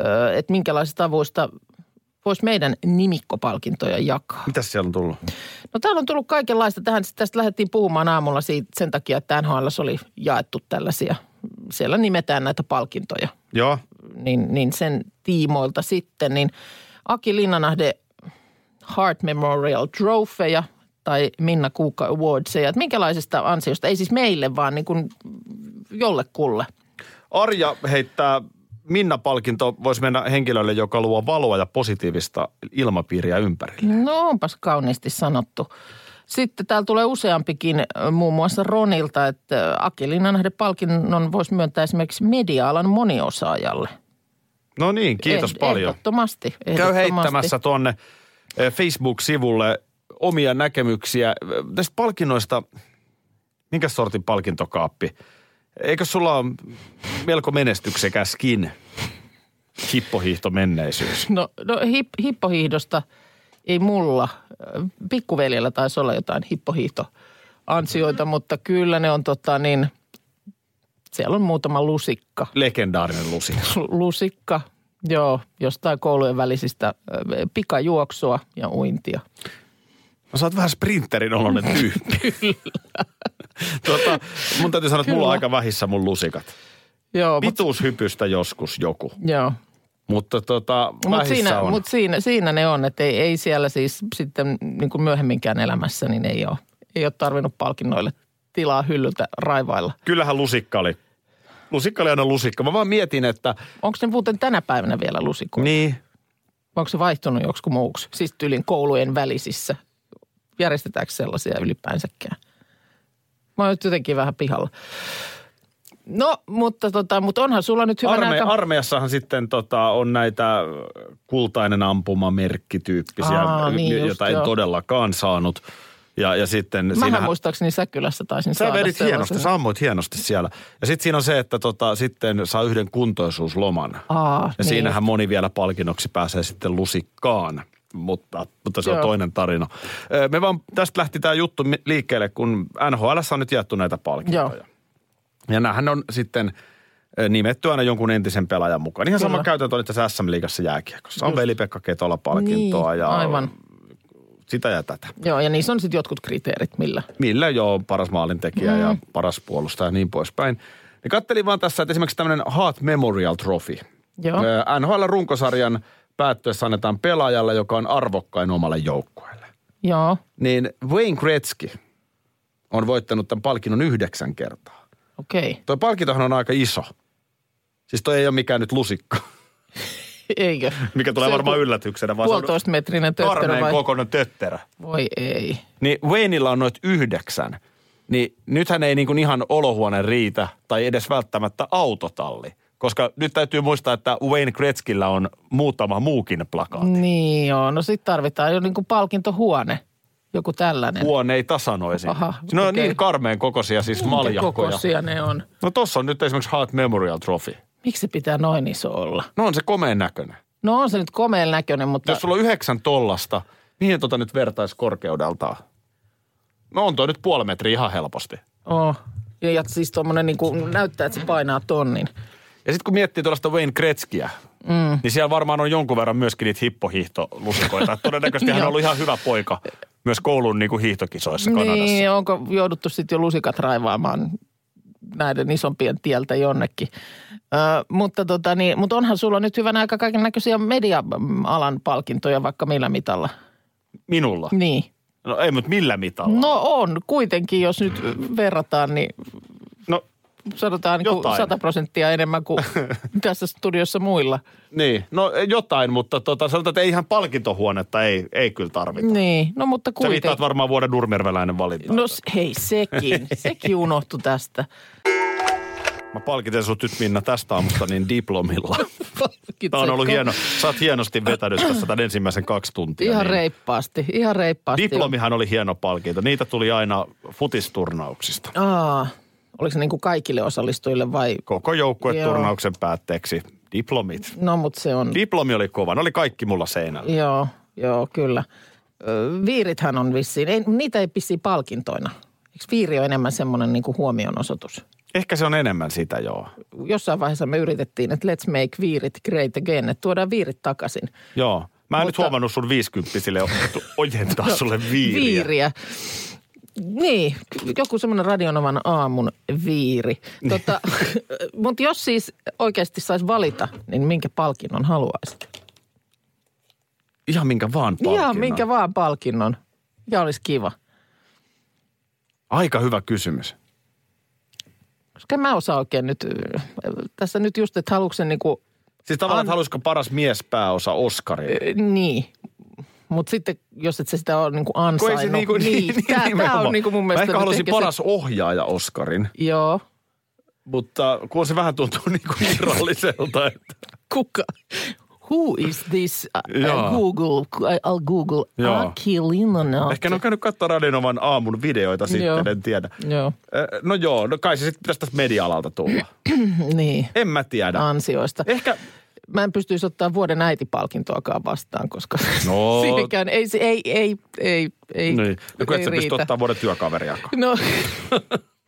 Speaker 3: ö, että minkälaisista avuista voisi meidän nimikkopalkintoja jakaa.
Speaker 2: Mitäs siellä on tullut?
Speaker 3: No täällä on tullut kaikenlaista. Tähän, tästä lähdettiin puhumaan aamulla siitä, sen takia, että NHL oli jaettu tällaisia. Siellä nimetään näitä palkintoja.
Speaker 2: Joo.
Speaker 3: Niin, niin sen tiimoilta sitten, niin Aki Linnanahde Heart Memorial Tropheja tai Minna Kuukka Awardseja. Että minkälaisesta ansiosta? Ei siis meille, vaan niin kuin jollekulle.
Speaker 2: Arja heittää Minna-palkinto voisi mennä henkilölle, joka luo valoa ja positiivista ilmapiiriä ympärille.
Speaker 3: No onpas kauniisti sanottu. Sitten täällä tulee useampikin, ö, muun muassa Ronilta, että äh, Aki Linnanahde palkinnon voisi myöntää esimerkiksi media-alan moniosaajalle.
Speaker 2: No niin, kiitos
Speaker 3: Eh-
Speaker 2: paljon.
Speaker 3: Ehdottomasti,
Speaker 2: Käy
Speaker 3: ehdottomasti.
Speaker 2: heittämässä tuonne eh, Facebook-sivulle omia näkemyksiä eh, tästä palkinnoista. Minkä sortin palkintokaappi? Eikö sulla ole melko menestyksekäskin hippohiihto menneisyys?
Speaker 3: No, no hip, hippohiihdosta ei mulla. Ö, Pikkuveljellä taisi olla jotain hippohiihtoansioita,
Speaker 2: Mm-hmm.
Speaker 3: mutta kyllä ne on tota niin, siellä on muutama lusikka.
Speaker 2: Legendaarinen lusi.
Speaker 3: Lu- Lusikka, joo, jostain koulujen välisistä ö, pikajuoksua ja uintia.
Speaker 2: No sä oot vähän sprinterin [LAUGHS] oloinen tyyppi. tota, mun täytyy sanoa, että mulla on aika vähissä mun lusikat.
Speaker 3: Joo, mut,
Speaker 2: Pituushypystä joskus joku,
Speaker 3: joo.
Speaker 2: mutta tota,
Speaker 3: Mutta
Speaker 2: vähissä
Speaker 3: siinä,
Speaker 2: on.
Speaker 3: mut siinä, siinä ne on, että ei, ei siellä siis sitten niin kuin myöhemminkään elämässä, niin ei ole, ei ole tarvinnut palkinnoille tilaa hyllyltä raivailla.
Speaker 2: Kyllähän lusikka oli. Lusikka oli aina lusikka. Mä vaan mietin, että...
Speaker 3: Onko ne muuten tänä päivänä vielä lusikoita?
Speaker 2: Niin.
Speaker 3: Onko se vaihtunut joksikin muuksi? Siis tyylin koulujen välisissä. Järjestetäänkö sellaisia ylipäänsäkään? Mä oon nyt jotenkin vähän pihalla. No, mutta, tota, mutta onhan sulla nyt hyvä
Speaker 2: Arme,
Speaker 3: aika.
Speaker 2: armeijassahan sitten tota, on näitä kultainen ampumamerkkityyppisiä,
Speaker 3: Aa,
Speaker 2: y-
Speaker 3: niin just,
Speaker 2: joita en
Speaker 3: joo.
Speaker 2: todellakaan saanut. Ja, ja sitten
Speaker 3: Mähän
Speaker 2: siinähän-
Speaker 3: muistaakseni Säkylässä taisin
Speaker 2: Sä
Speaker 3: saada
Speaker 2: vedit hienosti,
Speaker 3: sellaisen.
Speaker 2: sä ammuit hienosti siellä. Ja sitten siinä on se, että tota, sitten saa yhden kuntoisuusloman.
Speaker 3: Aa,
Speaker 2: ja
Speaker 3: niin
Speaker 2: siinähän moni vielä palkinnoksi pääsee sitten lusikkaan, mutta, mutta se Joo. on
Speaker 3: Joo.
Speaker 2: toinen tarina. Ö, Me vaan, tästä lähti tämä juttu mi- liikkeelle, kun NHL on nyt jaettu näitä palkintoja. Joo.
Speaker 3: Joo.
Speaker 2: Ja näähän on sitten ö, nimetty aina jonkun entisen pelaajan mukaan. Ihan sama
Speaker 3: Kyllä.
Speaker 2: käytäntö on itse asiassa SM-liigassa jääkiekossa. On Veli-Pekka Ketola-palkintoa
Speaker 3: Niin,
Speaker 2: ja
Speaker 3: aivan.
Speaker 2: sitä ja tätä.
Speaker 3: Joo, ja niissä on sitten jotkut kriteerit, millä.
Speaker 2: millä joo, paras maalintekijä mm. ja paras puolustaja ja niin poispäin. Niin kattelin vaan tässä, että esimerkiksi tämmöinen Hart Memorial Trophy.
Speaker 3: Joo.
Speaker 2: Ö, NHL-runkosarjan päättyessä annetaan pelaajalle, joka on arvokkain omalle joukkueelle.
Speaker 3: Joo,
Speaker 2: Niin Wayne Gretzky on voittanut tämän palkinnon yhdeksän kertaa.
Speaker 3: okei.
Speaker 2: Toi palkintohan on aika iso. Siis toi ei ole mikään nyt lusikka,
Speaker 3: Eikö?
Speaker 2: mikä tulee
Speaker 3: Se
Speaker 2: varmaan
Speaker 3: joku
Speaker 2: yllätyksenä. Vaan se on
Speaker 3: Puolitoista metrinen tötterö vai?
Speaker 2: karmeen kokoinen tötterä.
Speaker 3: Voi ei.
Speaker 2: niin Wayneilla on noit yhdeksän. Niin nythän ei niinku ihan olohuone riitä tai edes välttämättä autotalli. Koska nyt täytyy muistaa, että Wayne Gretzkillä on muutama muukin plakaatti.
Speaker 3: Niin joo, no sit tarvitaan jo niinku palkintohuone. Joku tällainen.
Speaker 2: Huone ei tasanoisin.
Speaker 3: Aha,
Speaker 2: ne on
Speaker 3: okei.
Speaker 2: niin karmeen kokoisia, siis
Speaker 3: Minkä
Speaker 2: maljakkoja.
Speaker 3: kokoisia ne on.
Speaker 2: No tossa on nyt esimerkiksi Hart Memorial Trophy.
Speaker 3: Miksi se pitää noin iso olla?
Speaker 2: No on se komeen näköinen.
Speaker 3: No on se nyt komeen näköinen, mutta...
Speaker 2: Jos sulla on yhdeksän tollasta, mihin tota nyt vertaisi korkeudeltaan? No on toi nyt puoli metriä ihan helposti.
Speaker 3: Oh. Ja, ja siis tuommoinen niinku, näyttää, että se painaa tonnin.
Speaker 2: Ja sitten kun miettii tuollaista Wayne Gretzkiä, mm. niin siellä varmaan on jonkun verran myöskin niitä hippohiihtolusukoita. Et Todennäköisesti hän on
Speaker 3: [LAUGHS] Joo.
Speaker 2: ollut ihan hyvä poika myös koulun niin kuin hiihtokisoissa Kanadassa.
Speaker 3: Niin, onko jouduttu sitten jo lusikat raivaamaan näiden isompien tieltä jonnekin. Ö, mutta, tota, niin, mutta onhan sulla nyt hyvänä aika kaiken näköisiä media-alan palkintoja vaikka millä mitalla.
Speaker 2: Minulla.
Speaker 3: Niin.
Speaker 2: No ei, mutta millä mitalla?
Speaker 3: No on, kuitenkin jos nyt verrataan, niin
Speaker 2: no
Speaker 3: sanotaan niin kuin
Speaker 2: Jotain.
Speaker 3: 100 prosenttia
Speaker 2: [LAUGHS]
Speaker 3: enemmän kuin tässä studiossa muilla.
Speaker 2: niin, no jotain, mutta tota, sanotaan, että ei ihan palkintohuonetta ei, ei kyllä tarvita. Kuitenkin.
Speaker 3: Niin, no mutta
Speaker 2: Sä
Speaker 3: kuitenkin.
Speaker 2: viittaat varmaan vuoden nurmerveläinen valinta.
Speaker 3: No s- hei,
Speaker 2: [LAUGHS]
Speaker 3: sekin. Sekin unohtu tästä.
Speaker 2: Mä palkitsen sut nyt Minna tästä aamusta niin
Speaker 3: [LAUGHS]
Speaker 2: diplomilla. Tämä on ollut hieno. Sä oot hienosti vetänyt tässä tämän ensimmäisen kaksi tuntia.
Speaker 3: Ihan
Speaker 2: niin.
Speaker 3: reippaasti, ihan reippaasti.
Speaker 2: Diplomihan oli hieno palkinto. Niitä tuli aina futisturnauksista.
Speaker 3: Aa, oliko se niin kuin kaikille osallistujille vai?
Speaker 2: Koko joukkue
Speaker 3: Joo.
Speaker 2: turnauksen päätteeksi diplomit.
Speaker 3: No mutta se on,
Speaker 2: Diplomi oli kova. Ne oli kaikki mulla seinällä.
Speaker 3: joo, joo kyllä. Ö, Viirithän on vissiin, ei, niitä ei pissi palkintoina. Eikö viiri ole enemmän semmoinen niin kuin huomionosoitus?
Speaker 2: Ehkä se on enemmän sitä, joo.
Speaker 3: jossain vaiheessa me yritettiin, että let's make viirit great again, että tuodaan viirit takaisin.
Speaker 2: Joo. Mä en nyt
Speaker 3: Mutta-
Speaker 2: huomannut sun viisikymppisille o- ojentaa
Speaker 3: [LAUGHS]
Speaker 2: sulle viiriä.
Speaker 3: Viiriä. Niin, joku semmoinen radionoman aamun viiri.
Speaker 2: Niin.
Speaker 3: Tota, Mutta jos siis oikeasti saisi valita, niin minkä palkinnon haluaisit?
Speaker 2: Ihan minkä vaan palkinnon.
Speaker 3: Ihan minkä vaan palkinnon. Ja olisi kiva.
Speaker 2: Aika hyvä kysymys.
Speaker 3: Koska en mä osaa oikein nyt, tässä nyt just, että haluatko sen niinku,
Speaker 2: Siis tavallaan, että haluaisiko paras miespääosa Oskari?
Speaker 3: niin. Mutta sitten, jos et sä sitä ole niinku ansainnut.
Speaker 2: [LAUGHS]
Speaker 3: tämä niin, on niinku
Speaker 2: niin,
Speaker 3: mun mielestä.
Speaker 2: Mä ehkä
Speaker 3: nyt
Speaker 2: halusin
Speaker 3: se-
Speaker 2: paras ohjaaja Oskarin,
Speaker 3: Joo.
Speaker 2: niinku
Speaker 3: [LAUGHS]
Speaker 2: mutta kun se vähän tuntuu niin kuin irralliselta, että
Speaker 3: kuka, Who is this? Ä-
Speaker 2: Joo.
Speaker 3: ä, Google, I'll Google.
Speaker 2: Joo.
Speaker 3: Aki Linnanautti.
Speaker 2: Ehkä ne on käynyt katsoa Radinovan aamun videoita sitten,
Speaker 3: Joo.
Speaker 2: en tiedä.
Speaker 3: Joo,
Speaker 2: Ö, No joo, no kai se sitten pitäisi tästä media-alalta tulla.
Speaker 3: niin.
Speaker 2: En mä tiedä.
Speaker 3: Ansioista.
Speaker 2: Ehkä,
Speaker 3: Mä en pystyisi ottaa vuoden äitipalkintoakaan vastaan, koska [LAUGHS]
Speaker 2: No.
Speaker 3: siinäkään ei, se- ei, ei, ei, ei,
Speaker 2: niin. No kun et
Speaker 3: ei
Speaker 2: sä pysty
Speaker 3: riitä.
Speaker 2: ottaa vuoden työkaveriakaan.
Speaker 3: No,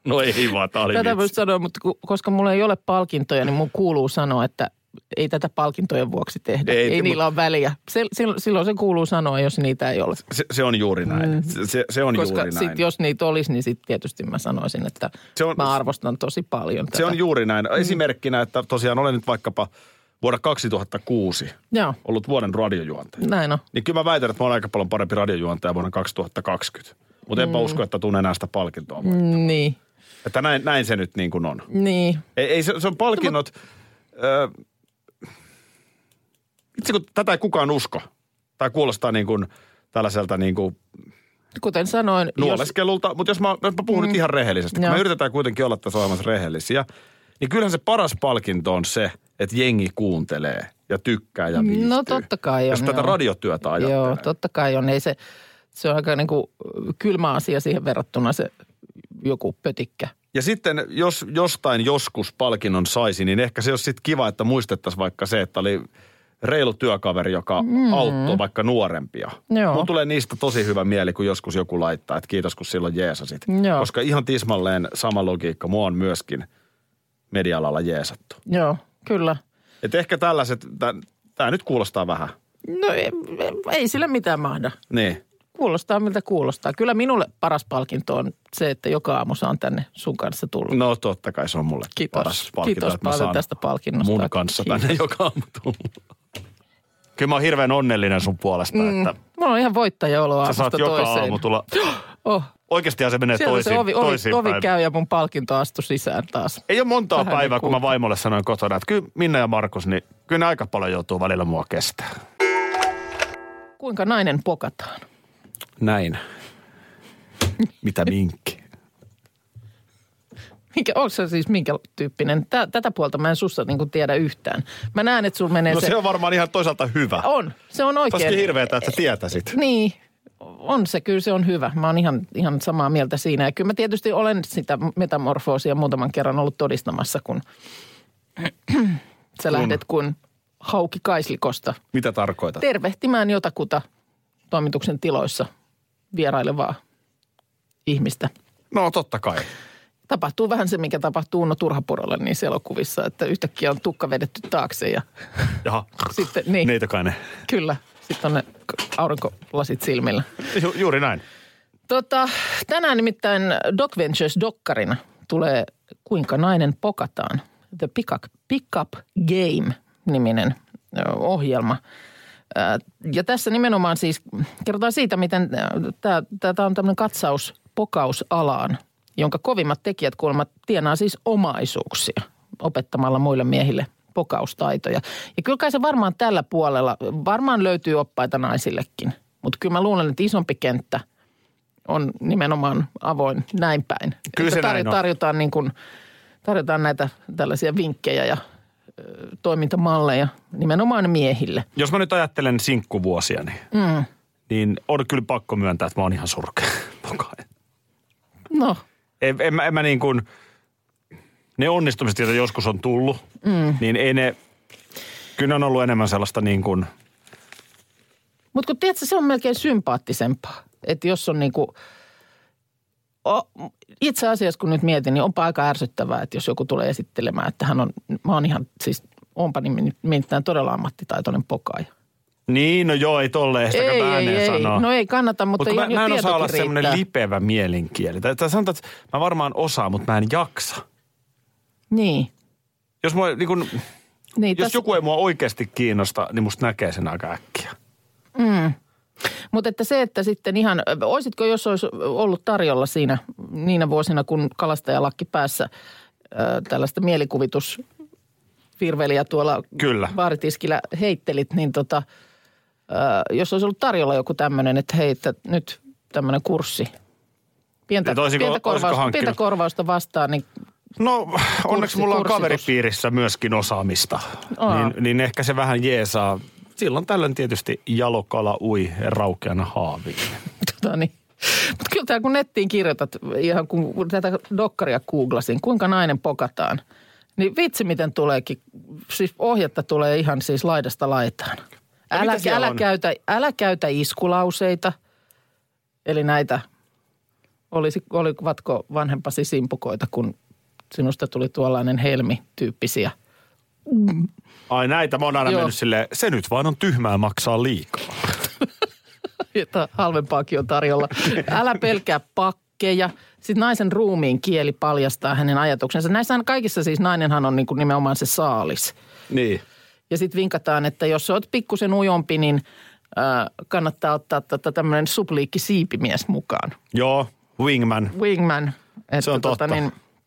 Speaker 2: No ei vaan, tää oli
Speaker 3: tätä
Speaker 2: vitsi.
Speaker 3: voisi sanoa, mutta ku- koska mulla ei ole palkintoja, niin mun kuuluu sanoa, että ei tätä palkintojen vuoksi tehdä.
Speaker 2: Ei,
Speaker 3: Ei, ei
Speaker 2: mut-
Speaker 3: niillä ole väliä. Se, sil- silloin se kuuluu sanoa, jos niitä ei ole.
Speaker 2: Se, se on juuri näin. Mm. Se, se on
Speaker 3: Koska
Speaker 2: juuri näin.
Speaker 3: sit, jos niitä olisi, niin sitten tietysti mä sanoisin, että
Speaker 2: Se on-
Speaker 3: mä arvostan tosi paljon tätä.
Speaker 2: Se on juuri näin.
Speaker 3: Mm.
Speaker 2: Esimerkkinä, että tosiaan olen nyt vaikkapa vuonna 2006
Speaker 3: Joo,
Speaker 2: ollut vuoden radiojuontaja.
Speaker 3: näin on.
Speaker 2: Niin kyllä mä väitän, että mä olen aika paljon parempi radiojuontaja vuonna 2020. Mutta
Speaker 3: Mm.
Speaker 2: enpä usko, että tunnen enää sitä palkintoa. Mm.
Speaker 3: Niin,
Speaker 2: Että näin, näin se nyt niin kuin on.
Speaker 3: niin.
Speaker 2: Ei, ei se, se on palkinnot. Ö, itse kun tätä ei kukaan usko. Tai kuulostaa niin kuin tällaiselta niin kuin
Speaker 3: Kuten sanoin, jos,
Speaker 2: nuoleskelulta. Mutta jos mä, jos mä puhun mm. nyt ihan rehellisesti, kun
Speaker 3: Joo.
Speaker 2: me yritetään kuitenkin olla tässä ohjelmassa rehellisiä, niin kyllähän se paras palkinto on se, että jengi kuuntelee ja tykkää ja viihtyy.
Speaker 3: No totta kai on,
Speaker 2: Jos tätä
Speaker 3: joo.
Speaker 2: radiotyötä ajattelee.
Speaker 3: Joo, totta kai on. Ei se, se on aika niin kuin kylmä asia siihen verrattuna se joku pötikkä.
Speaker 2: Ja sitten jos jostain joskus palkinnon saisi, niin ehkä se olisi sitten kiva, että muistettaisiin vaikka se, että oli reilu työkaveri, joka mm. auttoi vaikka nuorempia.
Speaker 3: Joo.
Speaker 2: Mun tulee niistä tosi hyvä mieli, kun joskus joku laittaa, että kiitos kun silloin jeesasit.
Speaker 3: Joo.
Speaker 2: Koska ihan tismalleen sama logiikka, mua on myöskin media-alalla jeesattu.
Speaker 3: Joo, kyllä.
Speaker 2: Et ehkä tällaiset, tämä nyt kuulostaa vähän.
Speaker 3: No ei, ei sillä mitään mahda.
Speaker 2: Niin.
Speaker 3: Kuulostaa miltä kuulostaa. Kyllä minulle paras palkinto on se, että joka aamu saan tänne sun kanssa tulla.
Speaker 2: No totta kai se on mulle
Speaker 3: Kiitos.
Speaker 2: paras palkinto.
Speaker 3: Kiitos
Speaker 2: että mä
Speaker 3: paljon
Speaker 2: saan
Speaker 3: tästä palkinnosta.
Speaker 2: mun kanssa tänne joka aamu tulla. Kyllä mä oon hirveän onnellinen sun puolesta, mm. että
Speaker 3: Mulla on ihan voittaja olo
Speaker 2: sä
Speaker 3: aamusta
Speaker 2: saat joka
Speaker 3: toiseen.
Speaker 2: aamu tulla.
Speaker 3: Oh,
Speaker 2: Oikeastihan se menee
Speaker 3: sieltä
Speaker 2: toisin,
Speaker 3: se ovi, ovi,
Speaker 2: toisin
Speaker 3: ovi
Speaker 2: päin.
Speaker 3: käy ja mun palkinto astui sisään taas.
Speaker 2: Ei ole montaa
Speaker 3: Vähän
Speaker 2: päivää, kun mä
Speaker 3: kuuluu.
Speaker 2: vaimolle sanoin kotona, että kyllä Minna ja Markus, niin kyllä ne aika paljon joutuu välillä mua kestää.
Speaker 3: Kuinka nainen pokataan?
Speaker 2: Näin. Mitä minkki?
Speaker 3: Mikä, onko se siis minkä tyyppinen? Tä, tätä puolta mä en sussa niin tiedä yhtään. Mä näen, että sulla menee
Speaker 2: No
Speaker 3: se...
Speaker 2: se on varmaan ihan toisaalta hyvä.
Speaker 3: On, se on oikein.
Speaker 2: Olisikin hirveetä, että sä tietäisit.
Speaker 3: Niin, on se, kyllä se on hyvä. Mä oon ihan, ihan samaa mieltä siinä. Ja kyllä mä tietysti olen sitä metamorfoosia muutaman kerran ollut todistamassa, kun sä lähdet kuin hauki kaislikosta
Speaker 2: Mitä
Speaker 3: Niin.
Speaker 2: tarkoitat?
Speaker 3: tervehtimään jotakuta toimituksen tiloissa vierailevaa ihmistä.
Speaker 2: No totta kai.
Speaker 3: Tapahtuu vähän se, mikä tapahtuu Uno Turhapurolle niissä elokuvissa, että yhtäkkiä on tukka vedetty taakse ja
Speaker 2: Jaha.
Speaker 3: sitten, niin,
Speaker 2: Niitä kai ne.
Speaker 3: kyllä, sitten on ne aurinkolasit silmillä.
Speaker 2: Ju- juuri näin.
Speaker 3: Tota, tänään nimittäin Doc Ventures dokkarina tulee Kuinka nainen pokataan. The Pickup, Pickup Game-niminen ö, ohjelma. Ö, Ja tässä nimenomaan siis kerrotaan siitä, miten tämä on tämmöinen katsaus pokausalaan, jonka kovimmat tekijät kuulemma tienaa siis omaisuuksia opettamalla muille miehille pokaustaitoja. Ja kyllä kai se varmaan tällä puolella, varmaan löytyy oppaita naisillekin, mutta kyllä mä luulen, että isompi kenttä – on nimenomaan avoin näin päin.
Speaker 2: Kyllä
Speaker 3: Että
Speaker 2: se näin on.
Speaker 3: tarjotaan, niin kuin, tarjotaan näitä tällaisia vinkkejä ja ö, toimintamalleja nimenomaan miehille.
Speaker 2: Jos mä nyt ajattelen sinkkuvuosiani, mm. niin on kyllä pakko myöntää, että mä oon ihan surkea. [LAUGHS] pokaaja.
Speaker 3: No,
Speaker 2: en, en, mä, en mä niin kuin, ne onnistumiset, joita joskus on tullut, mm. niin ei ne, kyllä ne on ollut enemmän sellaista niin kuin,
Speaker 3: mutta kun tiedätkö, se on melkein sympaattisempaa. Että jos on niin kuin, o, itse asiassa kun nyt mietin, niin onpa aika ärsyttävää, että jos joku tulee esittelemään, että hän on, mä oon ihan siis, onpa nimi- nimittäin todella ammattitaitoinen pokaaja.
Speaker 2: niin no joo, ei tolleen sitä ei, ääneen
Speaker 3: ei,
Speaker 2: sanoa.
Speaker 3: no ei kannata, mutta,
Speaker 2: Mutta
Speaker 3: mutta
Speaker 2: mä,
Speaker 3: ihan
Speaker 2: mä en
Speaker 3: jo
Speaker 2: osaa olla
Speaker 3: tietokin
Speaker 2: semmoinen
Speaker 3: riittää.
Speaker 2: lipevä mielinkieli. Tai, tai sanotaan, että mä varmaan osaan, mutta mä en jaksa.
Speaker 3: Niin.
Speaker 2: Jos, mua, niin kun,
Speaker 3: Niin,
Speaker 2: jos
Speaker 3: tässä-
Speaker 2: joku ei mua oikeasti kiinnosta, niin musta näkee sen aika äkkiä.
Speaker 3: Mutta että se, että sitten ihan, oisitko jos olisi ollut tarjolla siinä niinä vuosina, kun kalastajalakki päässä ö, tällaista mielikuvitusvirveliä tuolla
Speaker 2: Kyllä.
Speaker 3: baaritiskillä heittelit, niin tota, ö, jos olisi ollut tarjolla joku tämmöinen, että hei, että nyt tämmöinen kurssi.
Speaker 2: Niin,
Speaker 3: Pientä,
Speaker 2: Että olisiko-
Speaker 3: pientä,
Speaker 2: olisiko
Speaker 3: korvausta,
Speaker 2: hankkinut?
Speaker 3: pientä korvausta vastaan, niin
Speaker 2: No onneksi mulla on
Speaker 3: kurssitus.
Speaker 2: kaveripiirissä myöskin osaamista,
Speaker 3: Aa.
Speaker 2: niin, niin ehkä se vähän jeesaa silloin tällöin tietysti jalokala ui raukeana haaviin.
Speaker 3: [LAUGHS] Tota niin. Mutta kyllä tämä kun nettiin kirjoitat, ihan kun tätä dokkaria googlasin, kuinka nainen pokataan, niin vitsi miten tuleekin, siis ohjetta tulee ihan siis laidasta laitaan. Älä,
Speaker 2: mitä siellä
Speaker 3: älä,
Speaker 2: on?
Speaker 3: käytä, älä käytä iskulauseita, eli näitä, olisi, olivatko vanhempasi simpukoita, kun sinusta tuli tuollainen helmi-tyyppisiä.
Speaker 2: Ai näitä, mä oon aina
Speaker 3: Joo.
Speaker 2: Joo. mennyt silleen, se nyt vaan on tyhmää maksaa liikaa.
Speaker 3: jota halvempaakin on tarjolla. Älä pelkää pakkeja. Sitten naisen ruumiin kieli paljastaa hänen ajatuksensa. Näissä kaikissa siis nainenhan on niin kuin nimenomaan se saalis.
Speaker 2: Niin.
Speaker 3: Ja sitten vinkataan, että jos olet pikkusen ujompi, niin äh, kannattaa ottaa tota, tämmöinen supliikki siipimies mukaan.
Speaker 2: Joo, wingman.
Speaker 3: Wingman. Että tota
Speaker 2: se on totta.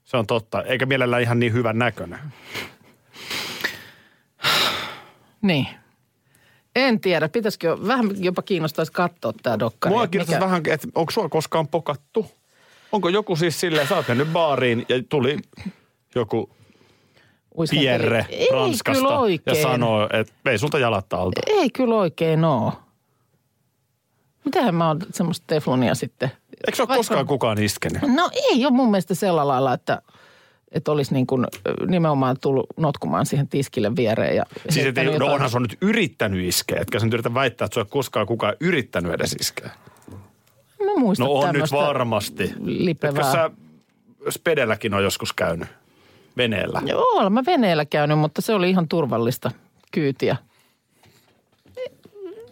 Speaker 2: Se on totta. Eikä mielellään ihan niin hyvän näköinen.
Speaker 3: niin. En tiedä, pitäisikö, vähän jopa kiinnostaisi katsoa tämä dokkari.
Speaker 2: Mua
Speaker 3: että
Speaker 2: kiinnostaisi
Speaker 3: mikä-
Speaker 2: vähän, että onko sua koskaan pokattu? Onko joku siis silleen, sä oot mennyt baariin ja tuli joku
Speaker 3: uiskenteli-
Speaker 2: Pierre
Speaker 3: Ei
Speaker 2: Ranskasta
Speaker 3: kyllä
Speaker 2: ja
Speaker 3: oikein.
Speaker 2: sanoo, että ei sulta jalat alta.
Speaker 3: Ei kyllä oikein oo. Mitähän mä oon semmoista teflonia sitten?
Speaker 2: Eikö se ole
Speaker 3: Vaikka-
Speaker 2: koskaan kukaan iskenyt?
Speaker 3: No ei ole mun mielestä sellä lailla, että, että olisi niin kuin ö, nimenomaan tullut notkumaan siihen tiskille viereen. Ja
Speaker 2: Siis et,
Speaker 3: heittänyt
Speaker 2: ei- no
Speaker 3: jotain-
Speaker 2: onhan se on nyt yrittänyt iskeä, etkä sä nyt yritä väittää, että se on koskaan kukaan yrittänyt edes iskeä.
Speaker 3: Mä muistan
Speaker 2: No on nyt
Speaker 3: tämmöistä
Speaker 2: varmasti. Etkö
Speaker 3: Lipevää.
Speaker 2: sä spedelläkin on joskus käynyt veneellä?
Speaker 3: Joo, olen mä veneellä käynyt, mutta se oli ihan turvallista kyytiä.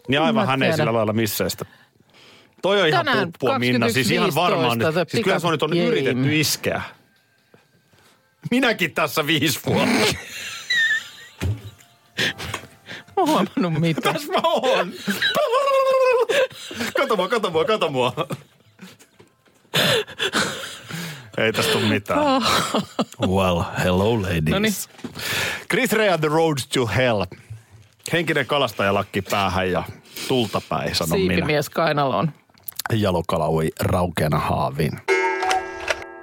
Speaker 2: Niin aivan
Speaker 3: mä
Speaker 2: hän ei
Speaker 3: tiedä.
Speaker 2: sillä lailla missään sitä. Toi on ihan
Speaker 3: Tänään
Speaker 2: puppua Minna, siis ihan
Speaker 3: 21.15
Speaker 2: varmaan. nyt-
Speaker 3: tätä
Speaker 2: Siis kyllä se on nyt on
Speaker 3: pika-
Speaker 2: yritetty
Speaker 3: Jeim.
Speaker 2: iskeä. Minäkin tässä viisi vuotta.
Speaker 3: Mä oon
Speaker 2: [LAUGHS]
Speaker 3: huomannut mitään.
Speaker 2: Tässä mä oon. Kato mua, kato mua, kato mua. Ei tästä ole mitään. Well, hello ladies.
Speaker 3: Noniin.
Speaker 2: Chris Rea, The Road to Hell. Henkinen kalastajalakki päähän ja tulta päin, sanon minä.
Speaker 3: [LAUGHS] Siipimies kainaloon.
Speaker 2: Jalokala ui raukeana haavin.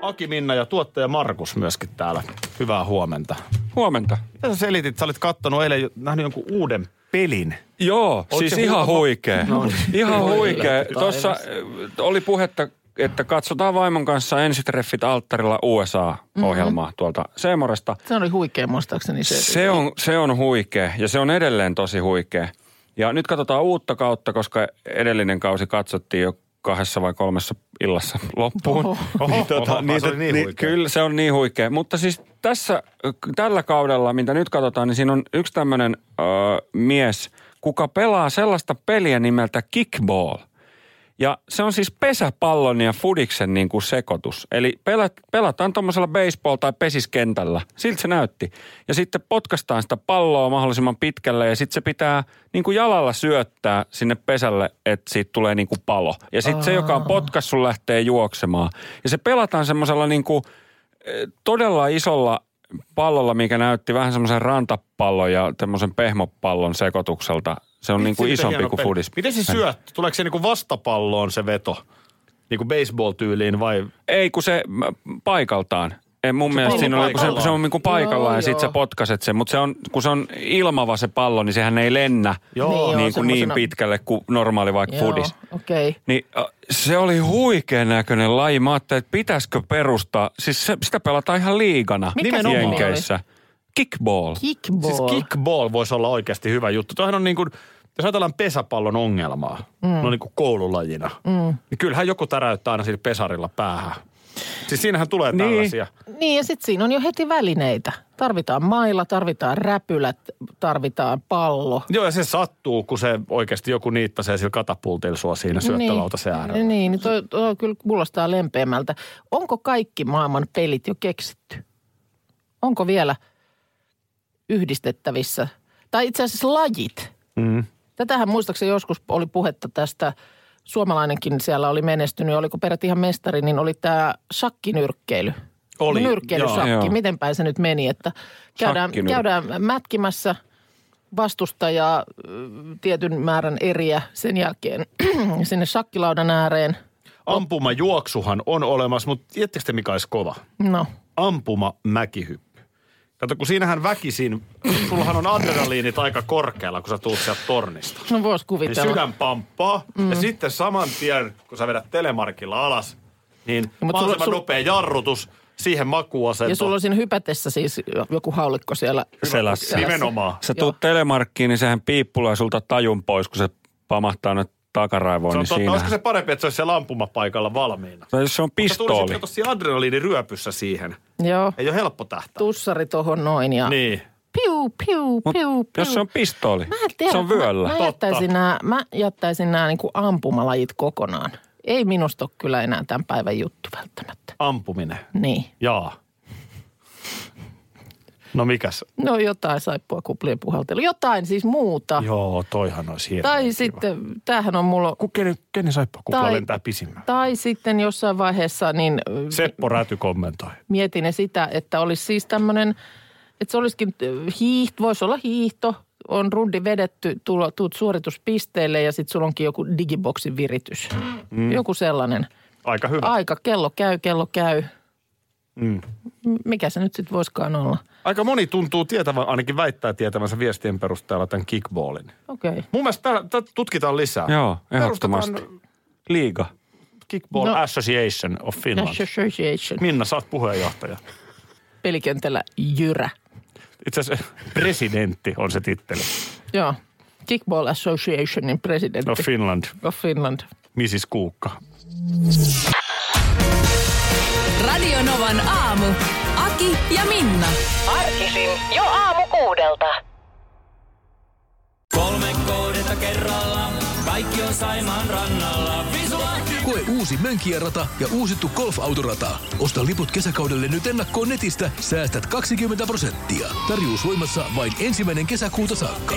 Speaker 2: Aki Minna ja tuottaja Markus myöskin täällä. Hyvää huomenta.
Speaker 6: Huomenta.
Speaker 2: Mitä sä selitit? Sä olit kattonut eilen jo- nähnyt jonkun uuden pelin.
Speaker 6: Joo, siis
Speaker 2: se
Speaker 6: ihan
Speaker 2: huono?
Speaker 6: huikea. Ihan huikea. Tuossa äh, oli puhetta, että katsotaan vaimon kanssa ensitreffit alttarilla USA-ohjelmaa tuolta Seemoresta.
Speaker 3: Se oli huikea muistaakseni se.
Speaker 6: Se on, se on huikea ja se on edelleen tosi huikea. Ja nyt katsotaan uutta kautta, koska edellinen kausi katsottiin jo kahdessa vai kolmessa illassa loppuun. Oho.
Speaker 2: Oho, oho, se oli niin huikea.
Speaker 6: Kyllä, se on niin huikea. Mutta siis tässä, ö, tällä kaudella, mitä nyt katsotaan, niin siinä on yksi tämmöinen ö, mies, kuka pelaa sellaista peliä nimeltä kickball. Ja se on siis pesäpallon ja fudiksen niin kuin sekoitus. Eli pelat, pelataan tuommoisella baseball- tai pesiskentällä. Siltä se näytti. Ja sitten potkastaan sitä palloa mahdollisimman pitkälle ja sitten se pitää niin kuin jalalla syöttää sinne pesälle, että siitä tulee niin kuin palo. Ja sitten se, joka on potkassu, lähtee juoksemaan. Ja se pelataan semmoisella niin kuin todella isolla pallolla, mikä näytti vähän semmoisen rantapallon ja tämmöisen pehmopallon sekoitukselta. Se on niin kuin
Speaker 2: Siitä
Speaker 6: isompi
Speaker 2: hieno
Speaker 6: kuin
Speaker 2: peli.
Speaker 6: fudis.
Speaker 2: Miten se syöt? Tuleeko se niinku vastapalloon se veto? Niinku baseball-tyyliin vai?
Speaker 6: Ei, kun se m, paikaltaan. En mun mielestä
Speaker 2: pallo
Speaker 6: siinä on, kun se,
Speaker 2: paikallaan.
Speaker 6: se on niin kuin paikallaan
Speaker 3: Joo,
Speaker 6: ja sit sä
Speaker 3: joo.
Speaker 6: potkaset sen. Mutta se on, kun se on ilmava se pallo, niin sehän ei lennä
Speaker 3: Joo,
Speaker 6: niin, kuin niin
Speaker 3: semmosena-
Speaker 6: pitkälle kuin normaali vaikka
Speaker 3: Joo,
Speaker 6: fudis.
Speaker 3: Okei. Okay.
Speaker 6: Niin äh, se oli huikean näköinen laji. Mä ajattelin, että pitäisikö perustaa, siis se, sitä pelataan ihan liigana
Speaker 3: Mikä se nimi
Speaker 6: Jenkeissä. Kickball.
Speaker 3: Kickball.
Speaker 2: Siis kickball voisi olla oikeasti hyvä juttu. Tuohan on niin kuin, jos ajatellaan pesäpallon ongelmaa, mm. no niin kuin koululajina, mm. niin kyllähän joku täräyttää aina sillä pesarilla päähän. Siis siinähän tulee niin. tällaisia.
Speaker 3: Niin ja sitten siinä on jo heti välineitä. Tarvitaan mailla, tarvitaan räpylät, tarvitaan pallo.
Speaker 2: Joo, ja se sattuu, kun se oikeasti joku niittasee sillä katapultilla sua siinä syöttölauta se äärellä.
Speaker 3: Niin, niin toi, toi kyllä kuulostaa lempeämmältä. Onko kaikki maailman pelit jo keksitty? Onko vielä yhdistettävissä? Tai itse asiassa lajit. Mm. Tätähän muistaakseni joskus oli puhetta tästä, suomalainenkin siellä oli menestynyt, oliko peräti ihan mestari, niin oli tämä shakkinyrkkeily.
Speaker 2: Oli,
Speaker 3: Nyrkkeilysakki,
Speaker 6: joo.
Speaker 3: joo. miten päin se nyt meni, että käydään,
Speaker 6: Shakkinyrk-
Speaker 3: käydään mätkimässä – vastustajaa ö, tietyn määrän eriä sen jälkeen [CLEARS THROAT] sinne shakkilaudan ääreen.
Speaker 2: Ampumajuoksuhan on olemassa, mutta tiedättekö te mikä olisi kova?
Speaker 3: No,
Speaker 2: Ampuma mäkihyppy. Kato, kun siinähän väkisin, sullahan on adrenaliinit aika korkealla, kun sä tulet sieltä tornista.
Speaker 3: No vois
Speaker 2: Niin
Speaker 3: kuvitella.
Speaker 2: sydän pamppaa, mm. ja sitten saman tien, kun sä vedät telemarkilla alas, niin
Speaker 3: No, sulla-
Speaker 2: mahdollisimman
Speaker 3: sul-
Speaker 2: nopea jarrutus, siihen makuasento.
Speaker 3: Ja sulla on siinä hypätessä siis joku haulikko siellä.
Speaker 6: Selässä.
Speaker 2: Nimenomaan.
Speaker 6: Sä
Speaker 3: Joo.
Speaker 6: tuut telemarkkiin, niin sehän piippulaa sulta tajun pois, kun se pamahtaa nyt takaraivoon,
Speaker 2: Se on
Speaker 6: niin
Speaker 2: totta.
Speaker 6: siinä.
Speaker 2: Olisiko se parempi, että se olisi siellä ampumapaikalla valmiina?
Speaker 6: Tai jos se on
Speaker 2: Sä tulisit,
Speaker 6: pistooli.
Speaker 2: kato siinä adrenaliiniryöpyssä siihen.
Speaker 3: Joo.
Speaker 2: Ei ole helppo tähtää.
Speaker 3: Tussari tohon noin ja
Speaker 2: Niin.
Speaker 3: piu, piu,
Speaker 6: Mut
Speaker 3: piu, piu.
Speaker 6: jos se on pistooli,
Speaker 3: Mä en tiedä,
Speaker 6: se on vyöllä.
Speaker 3: Mä, mä
Speaker 2: Totta.
Speaker 3: jättäisin nämä, mä jättäisin nämä niin kuin ampumalajit kokonaan. Ei minusta ole kyllä enää tämän päivän juttu välttämättä.
Speaker 2: Ampuminen.
Speaker 3: Niin.
Speaker 2: Jaa. No mikäs?
Speaker 3: No jotain saippua kuplien puhaltelu. Jotain siis muuta. Joo,
Speaker 2: Joo, toihan olisi hirveä.
Speaker 3: tai sitten, tämähän on mulla...
Speaker 2: Kenen, kenen saippua kupla
Speaker 3: Tai-
Speaker 2: lentää pisimmään?
Speaker 3: Tai sitten jossain vaiheessa niin ö,
Speaker 2: Seppo Räty kommentoi.
Speaker 3: mietin ne sitä, että olisi siis tämmöinen, että se olisikin hiihto, voisi olla hiihto, on rundi vedetty, tulo, tuut suorituspisteelle ja sitten sulla onkin joku digiboksin viritys. Mm. Joku sellainen.
Speaker 2: Aika hyvä.
Speaker 3: Aika, kello käy, kello käy. Mm. Mikä se nyt sitten voisikaan olla?
Speaker 2: Aika moni tuntuu tietävän, ainakin väittää tietävänsä viestien perusteella tämän kickballin.
Speaker 3: Okei. Okay.
Speaker 2: Mun mielestä tää- tätä tutkitaan lisää.
Speaker 6: Joo,
Speaker 2: Perustetaan
Speaker 6: ehdottomasti. Liiga.
Speaker 2: Kickball
Speaker 3: No.
Speaker 2: Association of Finland.
Speaker 3: Association.
Speaker 2: Minna, sä oot puheenjohtaja.
Speaker 3: Pelikentällä jyrä.
Speaker 2: Itse asiassa presidentti on se titteli.
Speaker 3: Joo. Kickball Associationin presidentti
Speaker 2: No Finland,
Speaker 3: of Finland.
Speaker 2: Mrs. Kuukka.
Speaker 7: Radio Novan aamu. Aki ja Minna.
Speaker 8: Arkisin jo aamu kuudelta.
Speaker 9: Koe uusi Mönkijärata ja uusittu golfautorata. Osta liput kesäkaudelle nyt ennakkoon netistä. Säästät 20 prosenttia. Tarjous voimassa vain ensimmäinen kesäkuuta saakka.